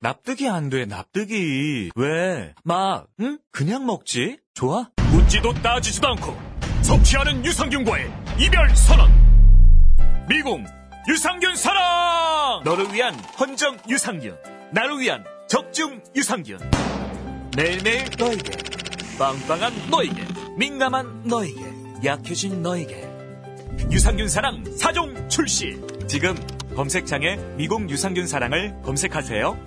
납득이 안 돼, 납득이. 왜? 막, 응? 그냥 먹지? 좋아? 묻지도 따지지도 않고 섭취하는 유산균과의 이별 선언. 미궁 유산균 사랑! 너를 위한 헌정 유산균, 나를 위한 적중 유산균. 매일매일 너에게, 빵빵한 너에게, 민감한 너에게, 약해진 너에게. 유산균 사랑 4종 출시. 지금 검색창에 미궁 유산균 사랑을 검색하세요.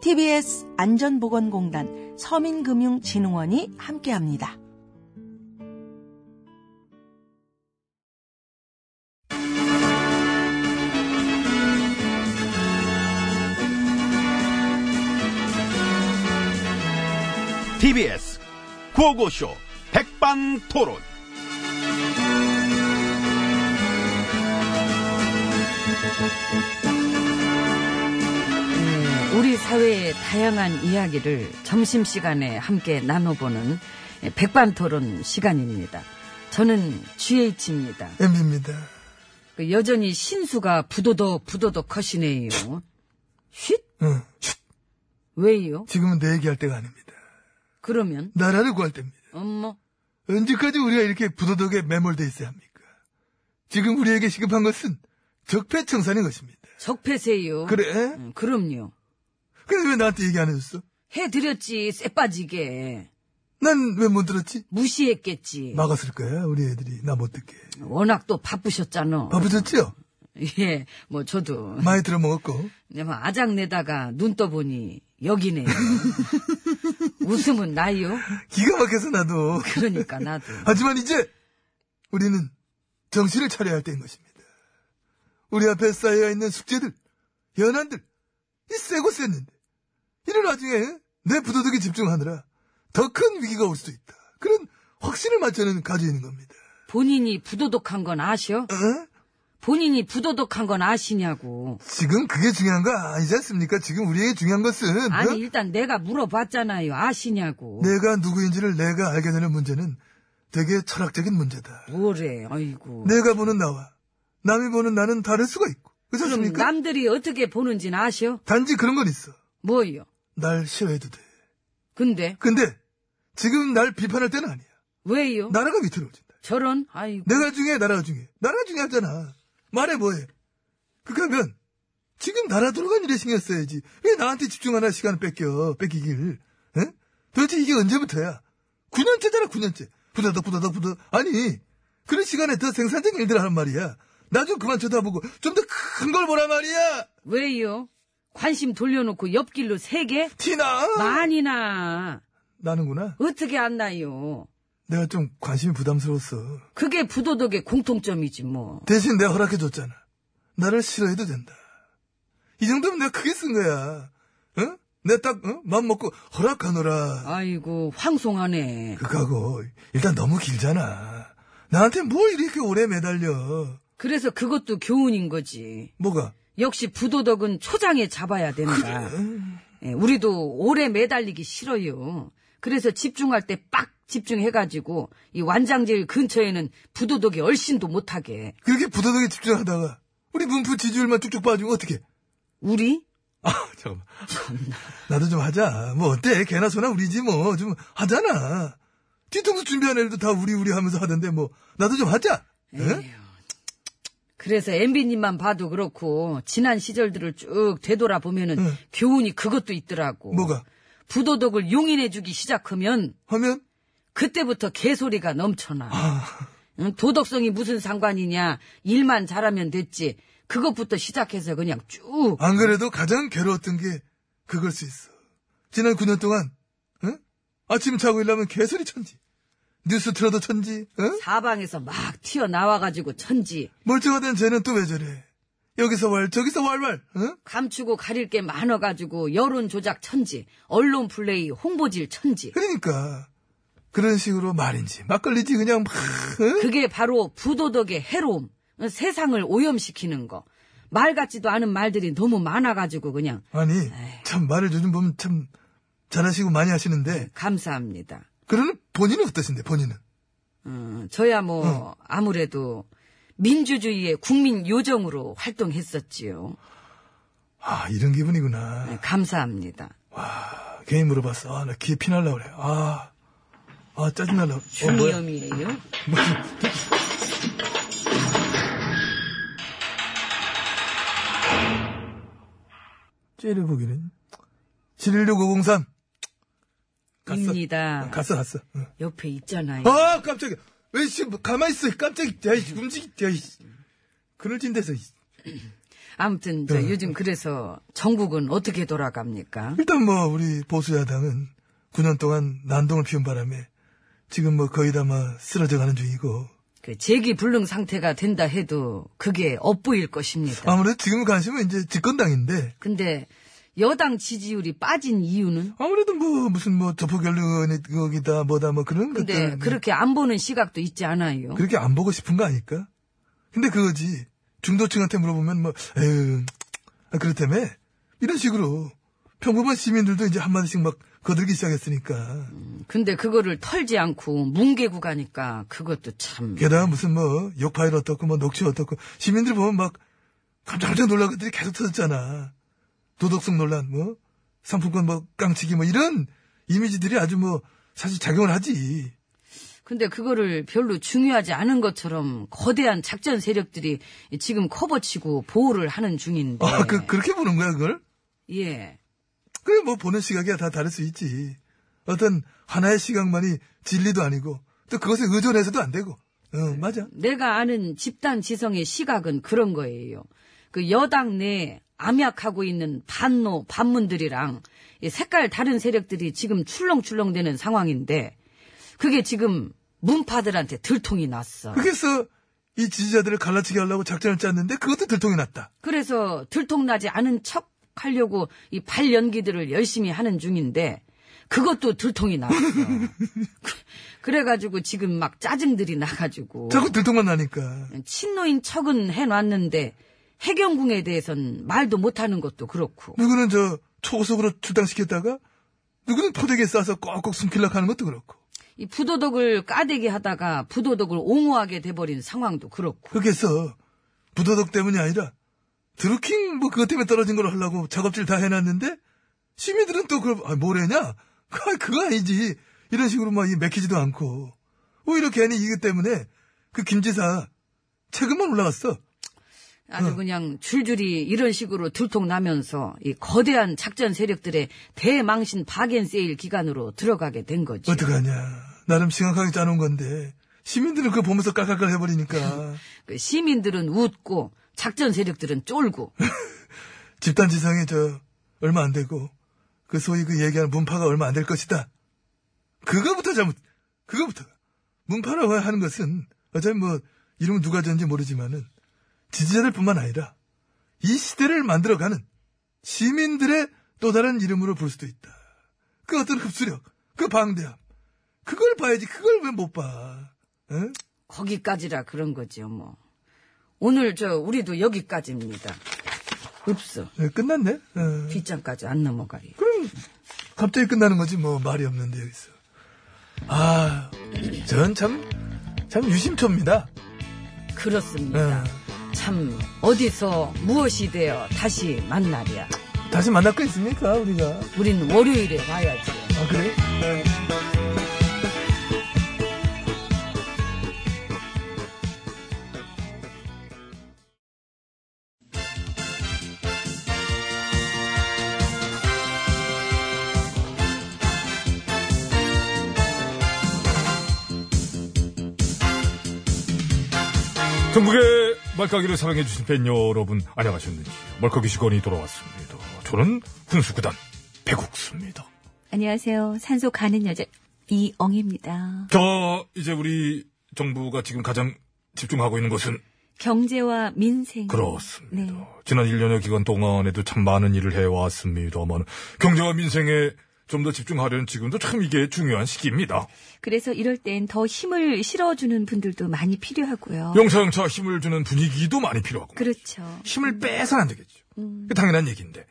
TBS 안전보건공단 서민금융진흥원이 함께합니다. TBS 구호고쇼 백반토론. 네, 우리 사회의 다양한 이야기를 점심시간에 함께 나눠보는 백반토론 시간입니다. 저는 GH입니다. 그 엠비입니다. 여전히 신수가 부도덕 부도덕 컷이네요. 쉿? 응. 왜요? 지금은 내 얘기할 때가 아닙니다. 그러면 나라를 구할 때입니다. 엄마 언제까지 우리가 이렇게 부도덕에 매몰돼 있어야 합니까? 지금 우리에게 시급한 것은 적폐청산인 것입니다. 적폐세요. 그래? 음, 그럼요. 그래서 왜 나한테 얘기 안 해줬어? 해드렸지 쎄빠지게 난 왜 못 들었지? 무시했겠지. 막았을 거야 우리 애들이 나 못 듣게. 워낙 또 바쁘셨잖아. 바쁘셨죠? 예, 뭐 저도 많이 들어먹었고. 네, 뭐 아작내다가 눈 떠보니 여기네요. 웃음은 나요. 기가 막혀서 나도. 그러니까 나도. 하지만 이제 우리는 정신을 차려야 할 때인 것입니다. 우리 앞에 쌓여 있는 숙제들, 연한들, 이 쎄고 쎘는데 이런 와중에 내 부도덕에 집중하느라 더 큰 위기가 올 수도 있다. 그런 확신을 맞춰는 가지고 있는 겁니다. 본인이 부도덕한 건 아셔? 어? 본인이 부도덕한 건 아시냐고. 지금 그게 중요한 거 아니지 않습니까? 지금 우리에게 중요한 것은 어? 아니 일단 내가 물어봤잖아요. 아시냐고. 내가 누구인지를 내가 알게 되는 문제는 되게 철학적인 문제다. 뭐래? 아이고. 내가 보는 나와 남이 보는 나는 다를 수가 있고 그렇지 그럼 않습니까? 남들이 어떻게 보는진 아셔? 단지 그런 건 있어. 뭐요? 날 싫어해도 돼. 근데 근데 지금 날 비판할 때는 아니야. 왜요? 나라가 네? 위태로워진다. 저런 아이고. 내가 중요해, 나라가 중요해. 나라가 중요하잖아. 말해 뭐해. 그러면 지금 나라 돌아간 일에 신경 써야지. 왜 나한테 집중하나 시간을 뺏겨, 뺏기길. 에? 도대체 이게 언제부터야? 9년째잖아, 9년째. 부다다, 부다다, 부다. 아니, 그런 시간에 더 생산적인 일들 하란 말이야. 나 좀 그만 쳐다보고 좀 더 큰 걸 보란 말이야. 왜요? 관심 돌려놓고 옆길로 세 개? 티나? 많이 나. 나는구나. 어떻게 안 나요? 내가 좀 관심이 부담스러웠어. 그게 부도덕의 공통점이지 뭐. 대신 내가 허락해줬잖아. 나를 싫어해도 된다. 이 정도면 내가 크게 쓴 거야. 응? 내가 딱, 응? 마음 먹고 허락하노라. 아이고 황송하네. 그거하고, 일단 너무 길잖아. 나한테 뭘 이렇게 오래 매달려. 그래서 그것도 교훈인 거지. 뭐가? 역시 부도덕은 초장에 잡아야 된다. 예, 우리도 오래 매달리기 싫어요. 그래서 집중할 때 빡 집중해가지고 이 완장제일 근처에는 부도덕이 얼씬도 못하게 그렇게 부도덕에 집중하다가 우리 문프 지지율만 쭉쭉 빠지면 어떻게? 우리 아 잠깐만. 나도 좀 하자. 뭐 어때? 개나 소나 우리지 뭐 좀 하잖아. 뒤통수 준비한 애들도 다 우리 우리 하면서 하던데 뭐 나도 좀 하자. 응? 그래서 MB님만 봐도 그렇고 지난 시절들을 쭉 되돌아보면은 응. 교훈이 그것도 있더라고. 뭐가? 부도덕을 용인해주기 시작하면 하면 그때부터 개소리가 넘쳐나. 아. 응, 도덕성이 무슨 상관이냐? 일만 잘하면 됐지. 그것부터 시작해서 그냥 쭉. 안 그래도 가장 괴로웠던 게 그걸 수 있어. 지난 9년 동안 응? 아침 자고 일하면 개소리 천지. 뉴스 틀어도 천지. 응? 사방에서 막 튀어나와가지고 천지. 멀쩡하던 쟤는 또 왜 저래? 여기서 왈 저기서 왈왈. 응? 감추고 가릴 게 많아가지고 여론 조작 천지. 언론 플레이 홍보질 천지. 그러니까 그런 식으로 말인지 막걸리지 그냥 막. 응? 그게 바로 부도덕의 해로움, 세상을 오염시키는 거. 말 같지도 않은 말들이 너무 많아가지고 그냥 아니 참 말을 요즘 보면 참 잘하시고 많이 하시는데 감사합니다. 그러는 본인은 어떠신데 본인은? 어, 저야 뭐 아무래도 민주주의의 국민 요정으로 활동했었지요. 아 이런 기분이구나. 네, 감사합니다. 어, 와, 괜히 물어봤어. 아, 나 귀에 피 날라 그래. 아, 아, 짜증날라. 어, 뭐야. 중이염이에요. 째려보기는. 716503. 갔어. 입니다. 네. 갔어, 갔어. 응. 옆에 있잖아요. 아, 깜짝이야. 왜, 씨, 뭐 가만히 있어. 깜짝이야. 야, 이 움직이, 야, 이 그늘진 데서. 이. 아무튼 저 네. 요즘 그래서 전국은 어떻게 돌아갑니까? 일단 뭐, 우리 보수야당은 9년 동안 난동을 피운 바람에 지금 뭐 거의 다 막 쓰러져 가는 중이고. 그 재기 불능 상태가 된다 해도 그게 업보일 것입니다. 아무래도 지금 관심은 이제 집권당인데 근데 여당 지지율이 빠진 이유는? 아무래도 뭐 무슨 뭐 저포결론이 거기다 뭐다 뭐 그런 근데 것들 네, 그렇게 안 보는 시각도 있지 않아요. 그렇게 안 보고 싶은 거 아닐까? 근데 그거지 중도층한테 물어보면 뭐 에휴 아, 그렇다며 이런 식으로 평범한 시민들도 이제 한마디씩 막 거들기 시작했으니까 근데 그거를 털지 않고 뭉개고 가니까 그것도 참. 게다가 무슨 뭐 욕파일 어떻고 뭐 녹취 어떻고 시민들 보면 막 깜짝깜짝 놀랄 것들이 계속 터졌잖아 도덕성 논란 뭐 상품권 뭐 깡치기 뭐 이런 이미지들이 아주 뭐 사실 작용을 하지 근데 그거를 별로 중요하지 않은 것처럼 거대한 작전 세력들이 지금 커버치고 보호를 하는 중인데. 아, 그, 그렇게 보는 거야, 그걸? 예. 그래, 뭐, 보는 시각이야. 다 다를 수 있지. 어떤 하나의 시각만이 진리도 아니고, 또 그것에 의존해서도 안 되고. 응, 맞아. 내가 아는 집단 지성의 시각은 그런 거예요. 그 여당 내 암약하고 있는 반노 반문들이랑 이 색깔 다른 세력들이 지금 출렁출렁대는 상황인데 그게 지금 문파들한테 들통이 났어. 그래서 이 지지자들을 갈라치게 하려고 작전을 짰는데, 그것도 들통이 났다. 그래서 들통나지 않은 척 하려고 이 발 연기들을 열심히 하는 중인데 그것도 들통이 났어. 그- 그래가지고 지금 막 짜증들이 나가지고 자꾸 들통만 나니까. 친노인 척은 해놨는데 해경궁에 대해선 말도 못하는 것도 그렇고 누구는 저, 초고속으로 출당시켰다가, 누구는 포대기에 싸서 꼭꼭 숨길락 하는 것도 그렇고. 이 부도덕을 까대기 하다가 부도덕을 옹호하게 돼버린 상황도 그렇고 그렇게 해서, 부도덕 때문이 아니라, 드루킹 뭐 그것 때문에 떨어진 걸 하려고 작업질 다 해놨는데, 시민들은 또 그걸, 아, 뭐래냐? 그, 그거 아니지. 이런 식으로 막 이 맥히지도 않고. 오히려 괜히 이거 때문에 그 김지사 책임만 올라갔어. 어. 아주 그냥 줄줄이 이런 식으로 들통나면서 이 거대한 작전 세력들의 대망신 박앤 세일 기간으로 들어가게 된 거지. 어떡하냐. 나름 심각하게 짜놓은 건데. 시민들은 그거 보면서 깔깔깔 해버리니까. 그 시민들은 웃고 작전 세력들은 쫄고 집단 지성이 저, 얼마 안 되고. 그 소위 그 얘기하는 문파가 얼마 안 될 것이다. 그거부터 잘못, 그거부터. 문파라고 하는 것은, 어차피 뭐, 이름은 누가 지었는지 모르지만은, 지지자들 뿐만 아니라, 이 시대를 만들어가는 시민들의 또 다른 이름으로 볼 수도 있다. 그 어떤 흡수력, 그 방대함. 그걸 봐야지, 그걸 왜 못 봐. 응? 거기까지라 그런 거지요 뭐. 오늘 저 우리도 여기까지입니다. 없어. 네, 끝났네? 어. 뒷장까지 안 넘어가요. 그럼 갑자기 끝나는 거지 뭐 말이 없는데 여기서. 아, 전 참, 참 유심초입니다. 그렇습니다. 네. 예. 참 어디서 무엇이 되어 다시 만나랴. 다시 만날 거 있습니까 우리가? 우린 월요일에 와야지. 아 그래? 네. 전국의 말까기를 사랑해주신 팬 여러분, 안녕하셨는지. 말까기 시간이 돌아왔습니다. 저는 훈수구단 배국수입니다. 안녕하세요. 산소 가는 여자 이엉입니다. 자, 이제 우리 정부가 지금 가장 집중하고 있는 것은 경제와 민생. 그렇습니다. 네. 지난 1년여 기간 동안에도 참 많은 일을 해왔습니다만 경제와 민생에 좀 더 집중하려는 지금도 참 이게 중요한 시기입니다. 그래서 이럴 땐 더 힘을 실어주는 분들도 많이 필요하고요. 영차영차 힘을 주는 분위기도 많이 필요하고 그렇죠. 음, 힘을 빼선 안 되겠죠. 당연한 얘기인데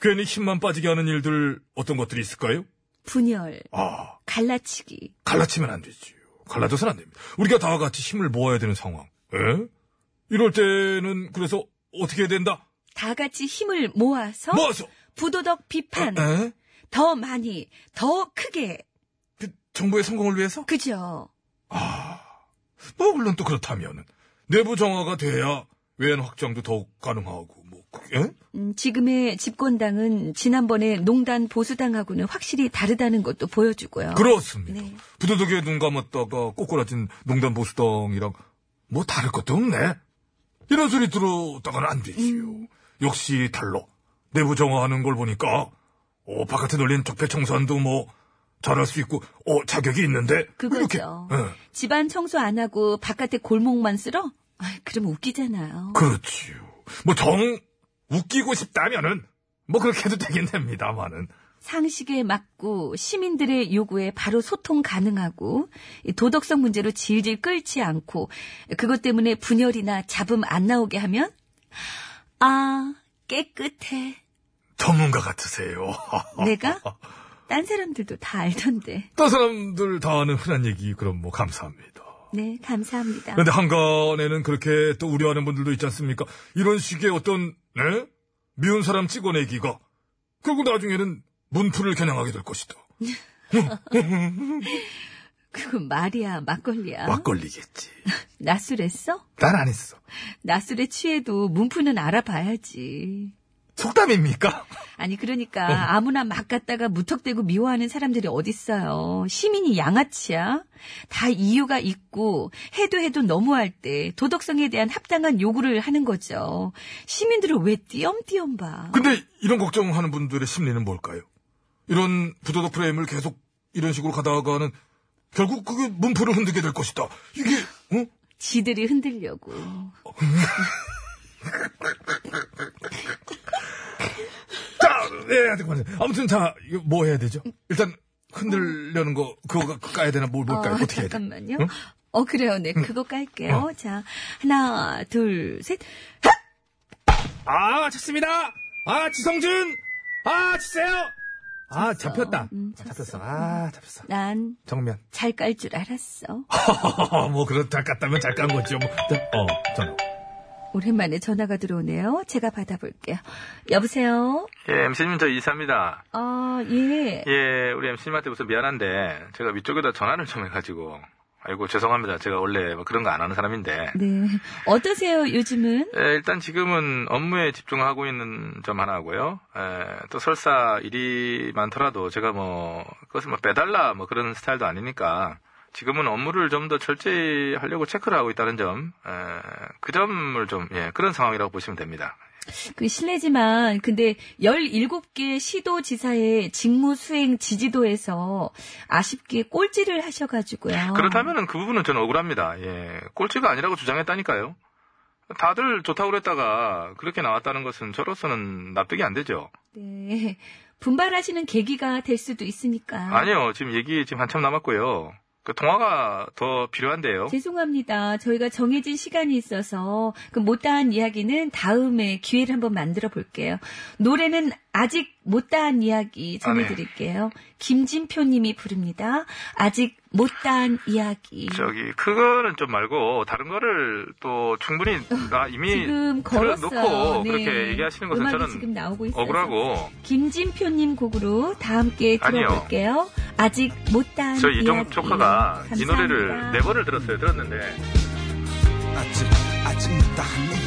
괜히 힘만 빠지게 하는 일들 어떤 것들이 있을까요? 분열, 아, 갈라치기. 갈라치면 안 되지요. 갈라져서는 안 됩니다. 우리가 다 같이 힘을 모아야 되는 상황. 에? 이럴 때는 그래서 어떻게 해야 된다? 다 같이 힘을 모아서 모아서! 부도덕 비판 에? 더 많이, 더 크게. 그 정부의 성공을 위해서? 그죠? 뭐 물론 또 그렇다면은 내부 정화가 돼야 외연 확장도 더욱 가능하고 뭐 그게 에? 음, 지금의 집권당은 지난번에 농단 보수당하고는 확실히 다르다는 것도 보여주고요. 그렇습니다. 네. 부도덕에 눈 감았다가 꼬꾸라진 농단 보수당이랑 뭐 다를 것도 없네. 이런 소리 들었다가는 안 되지요. 음. 역시 달러 내부 정화하는 걸 보니까 어, 바깥에 놀린 적폐 청산도 뭐 잘할 수 있고 어 자격이 있는데 이렇게 그거죠. 예. 집안 청소 안 하고 바깥에 골목만 쓸어? 아, 그럼 웃기잖아요. 그렇지요. 뭐 정 웃기고 싶다면은 뭐 그렇게 해도 되긴 됩니다만은 상식에 맞고 시민들의 요구에 바로 소통 가능하고 이 도덕성 문제로 질질 끌지 않고 그것 때문에 분열이나 잡음 안 나오게 하면 아 깨끗해 전문가 같으세요. 내가 딴 사람들도 다 알던데 딴 사람들 다 아는 흔한 얘기 그럼 뭐 감사합니다. 네 감사합니다 그런데 한간에는 그렇게 또 우려하는 분들도 있지 않습니까? 이런 식의 어떤 네? 미운 사람 찍어내기가 결국 나중에는 문풀을 겨냥하게 될 것이다. 그건 말이야 막걸리야 막걸리겠지. 나술했어? 난 안 했어. 나술에 취해도 문프는 알아봐야지 속담입니까? 아니 네. 그러니까 아무나 막 갔다가 무턱대고 미워하는 사람들이 어딨어요. 시민이 양아치야. 다 이유가 있고 해도 해도 너무할 때 도덕성에 대한 합당한 요구를 하는 거죠. 시민들을 왜 띄엄띄엄 봐. 근데 이런 걱정하는 분들의 심리는 뭘까요? 이런 부도덕 프레임을 계속 이런 식으로 가다가는 결국 그게 문풀을 흔들게 될 것이다. 이게 어? 지들이 흔들려고. 자, 예, 잠깐만요. 아무튼 자, 이거 뭐 해야 되죠? 일단 흔들려는 거 그거 까야 되나 뭘 볼까요? 어, 어, 떻게 해야 돼? 잠깐만요. 응? 어. 어 그래요. 네 그거 깔게요. 자 하나 둘 셋. 아, 잡습니다. 아, 지성준. 아, 치세요. 아, 잡혔다. 잡혔어. 아, 잡혔어. 난 잘 깔 정면. 줄 알았어. 뭐 그렇다 깠다면 잘 깐 거죠. 뭐. 자, 어, 전화. 오랜만에 전화가 들어오네요. 제가 받아볼게요. 여보세요? 예, MC님 저 이사입니다. 아, 예. 예, 우리 MC님한테 무슨 미안한데 제가 위쪽에다 전화를 좀 해가지고 아이고 죄송합니다. 제가 원래 뭐 그런 거 안 하는 사람인데 네. 어떠세요, 요즘은? 예, 일단 지금은 업무에 집중하고 있는 점 하나고요. 예, 또 설사 일이 많더라도 제가 뭐 그것을 뭐 빼달라 뭐 그런 스타일도 아니니까 지금은 업무를 좀 더 철저히 하려고 체크를 하고 있다는 점, 예, 그 점을 좀 예, 그런 상황이라고 보시면 됩니다. 그 실례지만, 근데 17개 시도지사의 직무 수행 지지도에서 아쉽게 꼴찌를 하셔가지고요. 그렇다면은 그 부분은 저는 억울합니다. 예. 꼴찌가 아니라고 주장했다니까요. 다들 좋다고 그랬다가 그렇게 나왔다는 것은 저로서는 납득이 안 되죠. 네. 분발하시는 계기가 될 수도 있으니까. 아니요. 지금 얘기 지금 한참 남았고요. 그 통화가 더 필요한데요. 죄송합니다. 저희가 정해진 시간이 있어서 그 못다한 이야기는 다음에 기회를 한번 만들어 볼게요. 노래는 아직 못다한 이야기 아, 전해드릴게요. 네. 김진표님이 부릅니다. 아직 못다한 이야기. 저기 그거는 좀 말고 다른 거를 또 충분히 나 이미 지금 걸었어요. 예, 네. 틀어놓고 그렇게 얘기하시는 것은 음악이 저는 지금 나오고 있어요. 억울하고 김진표님 곡으로 다 함께 아니요. 들어볼게요. 아직 못다한 저 이야기. 이종 조카가 이 예, 감사합니다. 노래를 네 번을 들었어요. 들었는데 아직 아직 못다한